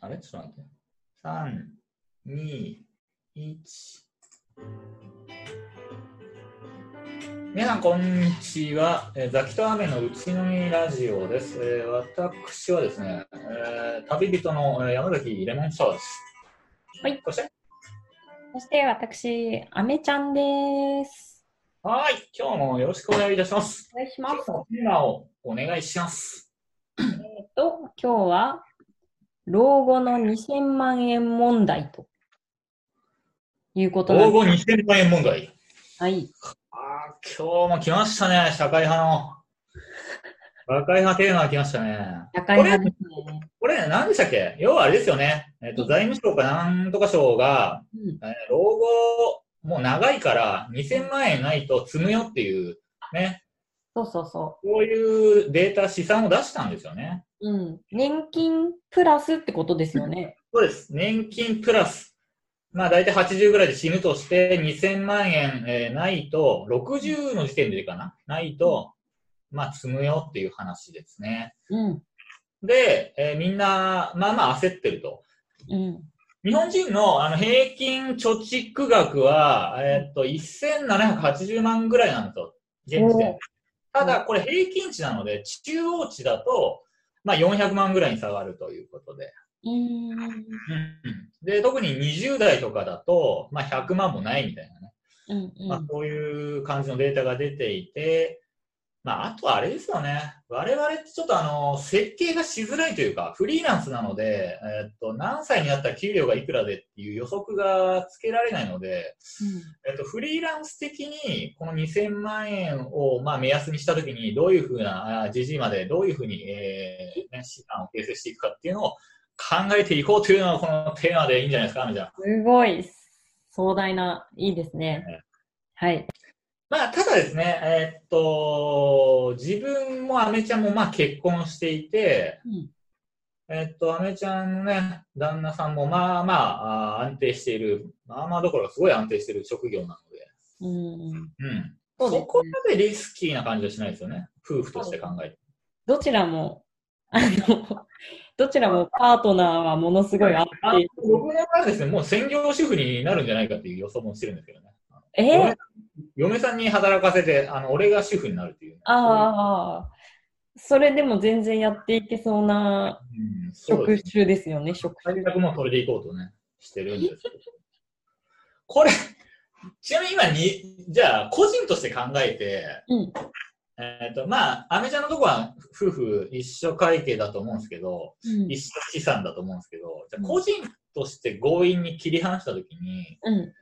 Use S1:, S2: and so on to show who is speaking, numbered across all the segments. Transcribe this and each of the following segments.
S1: あれちょっと待って。三、二、一。皆さん、こんにちは。えーザキと雨のうちのみラジオです。えー私はですね、えー旅人のえー山崎レモンサワーです。
S2: はい。
S1: そして、
S2: そして私、あめちゃんです。
S1: はーい。今日もよろしくお願いいたします。
S2: お願いし
S1: 今
S2: ます。
S1: 日のテーマをお願いします。
S2: えっと、今日は、老後の2000万円問題ということな
S1: 老
S2: んで
S1: 後2000万円問題。
S2: す。はい。
S1: あー今日も来ましたね、社会派の。社会派テーマが来ましたね。
S2: 社会派ですね。
S1: これ、何でしたっけ要はあれですよね。えっ、と、財務省かなんとか省が、
S2: うん
S1: えー老後、もう長いから2000万円ないと積むよっていう、ね、
S2: そうそうそ
S1: こういうデータ、試算を出したんですよね。
S2: う。うん。年金プラスってことですよね。
S1: そうです。年金プラス、まあ大体80ぐらいで死ぬとして、2000万円、えーないと、60の時点でかなないと、まあ積むよっていう話ですね。
S2: うん。
S1: で、えーみんな、まあまあ焦ってると。
S2: うん。
S1: 日本人のあの平均貯蓄額は、えーっと、1780万ぐらいなんですよ。現時
S2: お
S1: 点
S2: ー。
S1: ただ、これ平均値なので、中央値だと、まあ400万ぐらいに下がるということで。
S2: うーん。
S1: で、特に20代とかだと、まあ100万もないみたいなね。
S2: うん。う
S1: まあ
S2: ん。
S1: そういう感じのデータが出ていて、まああとはあれですよね。我々ってちょっとあの、設計がしづらいというか、フリーランスなので、えっと、何歳になったら給料がいくらでっていう予測がつけられないので、えっと、フリーランス的にこの2000万円をまあ目安にしたときに、どういうふうな、あ GG までどういうふうに、えーね、資産を形成していくかっていうのを考えていこうというのがこのテーマでいいんじゃないですか、アメちゃん。
S2: すごい壮大な、いいですね。はい。
S1: まあ、ただですね、えーっと、自分もアメちゃんもまあ結婚していて、
S2: うん
S1: えーっと、アメちゃんのね、旦那さんもまあまああー安定している、まあまあどころかすごい安定している職業な
S2: うん。
S1: ので、うん。
S2: そうですね
S1: そこまでリスキーな感じはしないですよね。夫婦として考えて。
S2: どちらも、あの、どちらもパートナーはものすごいあっ
S1: あ僕の場合ですね、もう専業主婦になるんじゃないかっていう予想もしてるんですけどね。
S2: て。えー、
S1: 嫁さんに働かせて、あの、俺が主婦になるっていう、ね。
S2: ああ、それでも全然やっていけそうな
S1: うん、そうで
S2: 職
S1: すね
S2: 種ですよね、職
S1: 対
S2: 種。
S1: 策もそれでいこうとね、してるんですけど。これ、ちなみに今に、じゃあ、個人として考えて、
S2: うん。
S1: えっ、と、まあ、アメちゃんのとこは夫婦一緒会計だと思うんですけど、
S2: うん
S1: 一緒資産だと思うんですけど、じゃあ個人として強引に切り離したときに、
S2: うん。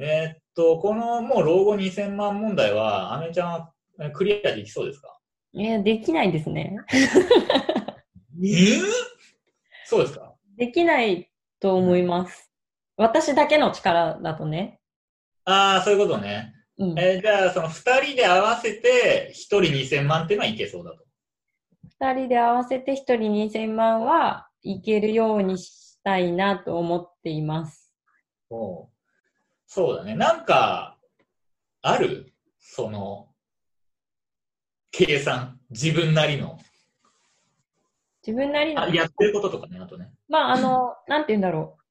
S1: えっ、と、このもう老後2000万問題は、アメちゃんはえクリアできそうですか
S2: えーできないですね。
S1: えそうですか
S2: できないと思います。私だけの力だとね。
S1: ああ、そういうことね。
S2: うん。
S1: えーじゃあ、その2人で合わせて、1人2000万っていうのはいけそうだと。
S2: 二人で合わせて一人2000万はいけるようにしたいなと思っています。
S1: おうそうだね。なんか、あるその、計算。自分なりの。
S2: 自分なりの
S1: あ、やってることとかね、あとね。
S2: まあ、あの、なんて言うんだろう。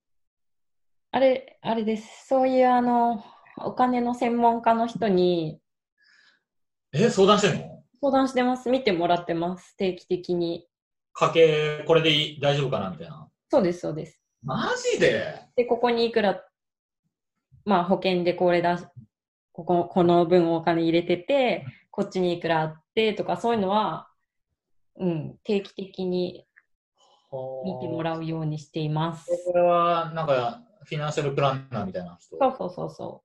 S2: あれ、あれです。そういう、あの、お金の専門家の人に
S1: えー相談してんの
S2: 相談してます。見てもらってます。定期的に。
S1: 家計、これでいい大丈夫かなみたいな。
S2: そうです、そうです。
S1: マジで
S2: で、ここにいくら、まあ、保険でこれだし、ここ、この分お金入れてて、こっちにいくらあってとか、そういうのは、うん、定期的に見てもら
S1: う。
S2: うようにしています。
S1: これは、なんか、フィナンシャルプランナーみたいな人。
S2: そうそうそうそ。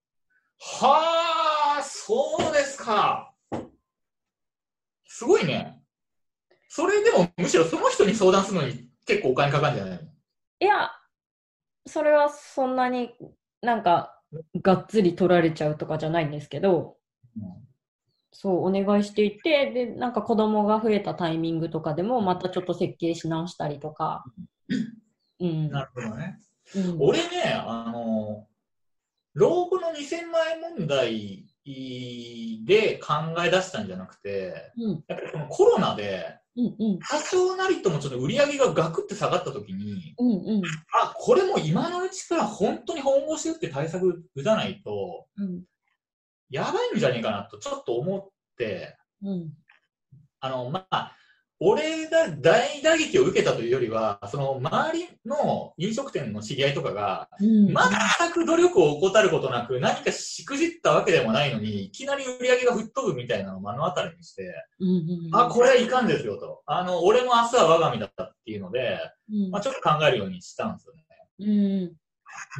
S1: はあ、そうですか。すごいね。それでも、むしろその人に相談するのに結構お金かかるんじゃないう
S2: いや、それはそんなになんか、がっつり取られちゃうとかじゃないんですけど、
S1: の、
S2: そう、お願いしていて、で、なんか子供が増えたタイミングとかでも、またちょっと設計し直したりとか。うん。
S1: なるほどね。
S2: うん
S1: 俺ね、あの、老後の2000万円問題で考え出したんじゃなくて、
S2: うん。
S1: やっぱりこのコロナで、
S2: うんうん。
S1: 多少なりともちょっと売り上げがガクって下がった時に、
S2: うんうん。
S1: あ、これも今のうちから本当に本腰打って対策打たないと、
S2: うん
S1: やばいんじゃねえかなとちょっと思って、
S2: うん。
S1: あの、まあ、俺が大打撃を受けたというよりは、その周りの飲食店の知り合いとかが、
S2: うん。
S1: 全く努力を怠ることなく、何かしくじったわけでもないのに、いきなり売り上げが吹っ飛ぶみたいなのを目の当たりにして、
S2: うんうんうん。
S1: あ、これはいかんですよと。あの、俺も明日は我が身だったっていうので、
S2: うん
S1: まあ、ちょっと考えるようにしたんですよね。
S2: うん。
S1: う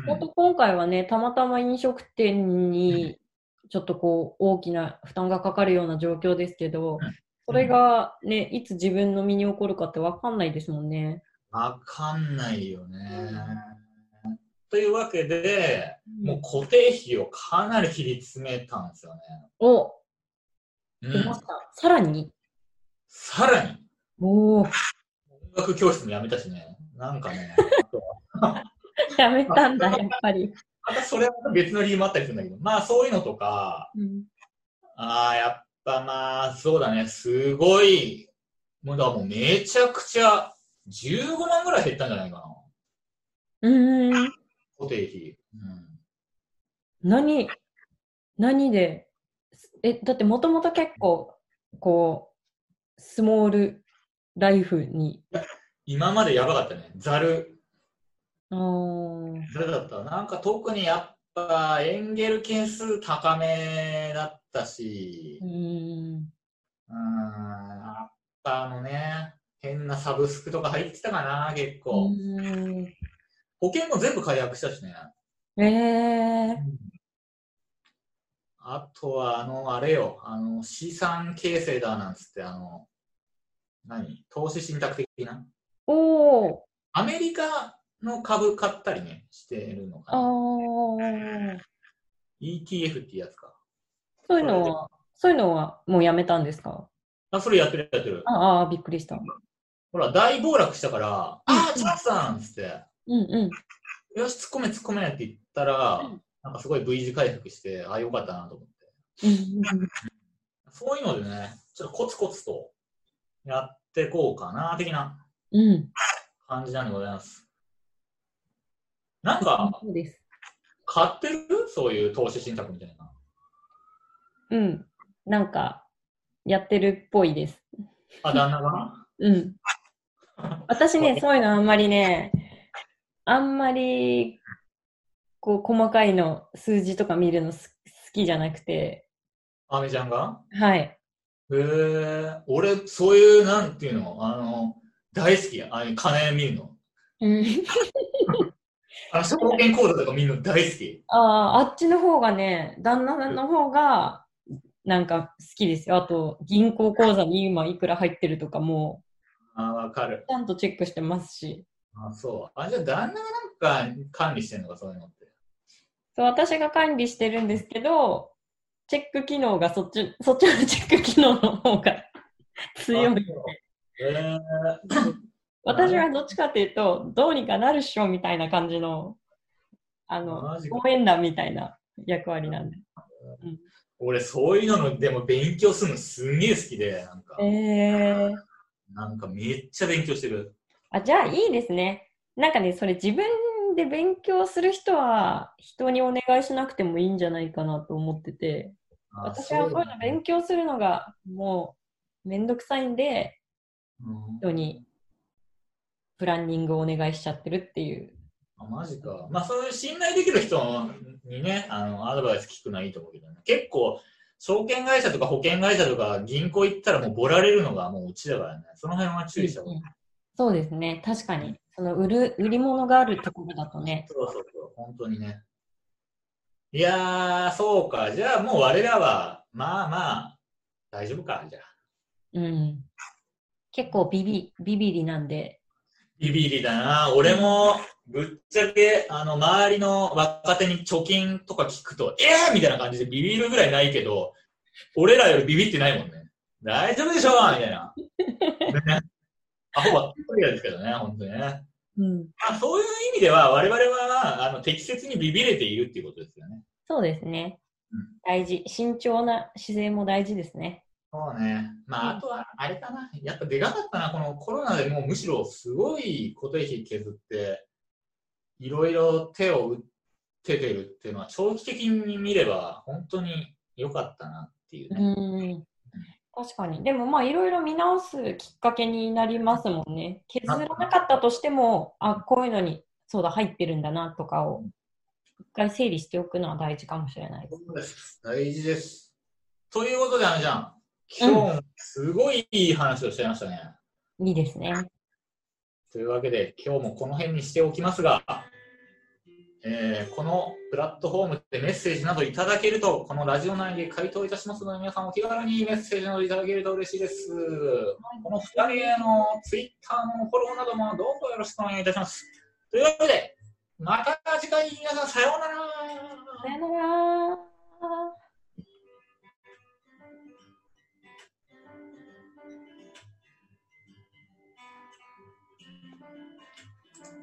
S2: 本
S1: ん
S2: 当今回はね、たまたま飲食店にちょっとこう大きな負担がかかるような状況ですけど
S1: うん、
S2: それがね、いつ自分の身に起こるかってわかんないですもんね。
S1: わかんないよね
S2: うん。
S1: というわけで、もう固定費をかなり切り詰めたんですよね。
S2: お、
S1: う
S2: 出ま
S1: ん
S2: し、た。さらに
S1: さらに、
S2: おお、
S1: 音楽教室もやめたしね、なんかね、
S2: やめたんだ、やっぱり。
S1: またそれは別の理由もあったりするんだけど、まあそういうのとか、
S2: うん
S1: ああ、やっぱまあ、そうだね、すごい、もうだからもうめちゃくちゃ、15万ぐらい減ったんじゃないかな、
S2: うーん。
S1: 固定費。うん
S2: 何、何で、え、だってもともと結構、こう、スモールライフに、
S1: 今までやばかったね、ざる
S2: あー
S1: 誰だったなんか特にやっぱエンゲル係数高めだったし
S2: う、ーん。
S1: うーん、やっぱあのね、変なサブスクとか入ってたかな、結構。
S2: うん
S1: 保険も全部解約したしね。
S2: えー、
S1: あとは、あの、あれよ、あの、資産形成だなんつって、あの、何投資信託的な
S2: おー
S1: アメリカの株買ったりね、してるのか
S2: あ
S1: な。
S2: ー
S1: ETF ってやつか。
S2: そういうのは、そういうのはもうやめたんですか
S1: あ、それやってるやってる。
S2: ああ、びっくりした。
S1: ほら、大暴落したから、ああー、チャンスだなんつって、
S2: うんうん。
S1: よし、突っ込め、突っ込めって言ったら、
S2: うん
S1: なんかすごい V 字回復して、ああ、よかったなと思って。そういうのでね、ちょっとコツコツとやってこうかな、的な
S2: うん。うん。
S1: 感じなんでございます。なんか、
S2: そうです。
S1: 買ってるそういう投資信託みたいな。
S2: うん。なんか、やってるっぽいです。
S1: あ、旦那 が
S2: うん。私ね、そういうのあんまりね、あんまり、こう、細かいの、数字とか見るのす好きじゃなくて、
S1: アメちゃんが
S2: はい。
S1: へえ、俺、そういう、なんていうの、あの、大好き。あの金見るの。
S2: うん、
S1: あの、証券口座とか見るの大好き。
S2: ああ、あっちの方がね、旦那の方が、なんか好きですよ。あと、銀行口座に今いくら入ってるとかも、
S1: あーわかる。
S2: ちゃんとチェックしてますし。
S1: あそう。あ、じゃあ旦那がなんか管理してんのか、そういうのって。
S2: そう、私が管理してるんですけど、チェック機能がそっち、そっちのチェック機能の方が 強い。
S1: えー、
S2: 私はどっちかっていうと、どうにかなるっしょみたいな感じの、あの
S1: マ、ジか
S2: 応援団みたいな役割なんで。
S1: 俺、そういうのの、でも勉強するのすんげえ好きで、なんか、
S2: えー。
S1: なんかめっちゃ勉強してる。
S2: あ、じゃあいいですね。なんかね、それ自分で勉強する人は人にお願いしなくてもいいんじゃないかなと思ってて、
S1: あ
S2: 私はこういうの勉強するのがもうめんどくさいんで、
S1: うん
S2: 人にプランニングをお願いしちゃってるっていう。
S1: あ、マジか。まあ、そういう信頼できる人にね、あの、アドバイス聞くのはいいと思うけどね。結構、証券会社とか保険会社とか銀行行ったらもうボラれるのがもううちだからね。その辺は注意した方がいい。
S2: そうですね、確かに。その売る、売り物があるところだとね。
S1: そうそうそう、本当にね。いやー、そうか。じゃあもう我らは、まあまあ、大丈夫か。じゃあ。
S2: うん。結構ビビ、ビビりなんで。
S1: ビビリだな。俺も、ぶっちゃけ、あの、周りの若手に貯金とか聞くと、えーみたいな感じでビビるぐらいないけど、俺らよりビビってないもんね。大丈夫でしょみたいな。ね、アホばっかりですけどね、本当にね。
S2: うん。
S1: まあ、そういう意味では、我々は、あの、適切にビビれているっていうことですよね。
S2: そうですね
S1: うん。
S2: 大事。慎重な姿勢も大事ですね。
S1: そうね。まあ、あとは、あれかな。やっぱでかかったな。このコロナでもうむしろすごい固定費削って、いろいろ手を打っててるっていうのは、長期的に見れば、本当に良かったなっていう
S2: う
S1: ね。
S2: ん。確かに。でもまあいろいろ見直すきっかけになりますもんね。削らなかったとしても、あ、こういうのに、そうだ、入ってるんだなとかを、一回整理しておくのは大事かもしれないです。
S1: そうです大事です。ということで、あのじゃん。今日、すごいいい話をしちゃいましたね。
S2: いいですね。
S1: というわけで、今日もこの辺にしておきますが、えーこのプラットフォームでメッセージなどいただけると、このラジオ内で回答いたしますので、皆さんお気軽にメッセージなどいただけると嬉しいです。この2人へのツイッターのフォローなどもどうぞよろしくお願いいたします。というわけで、また次回皆さんさようなら
S2: さよなら。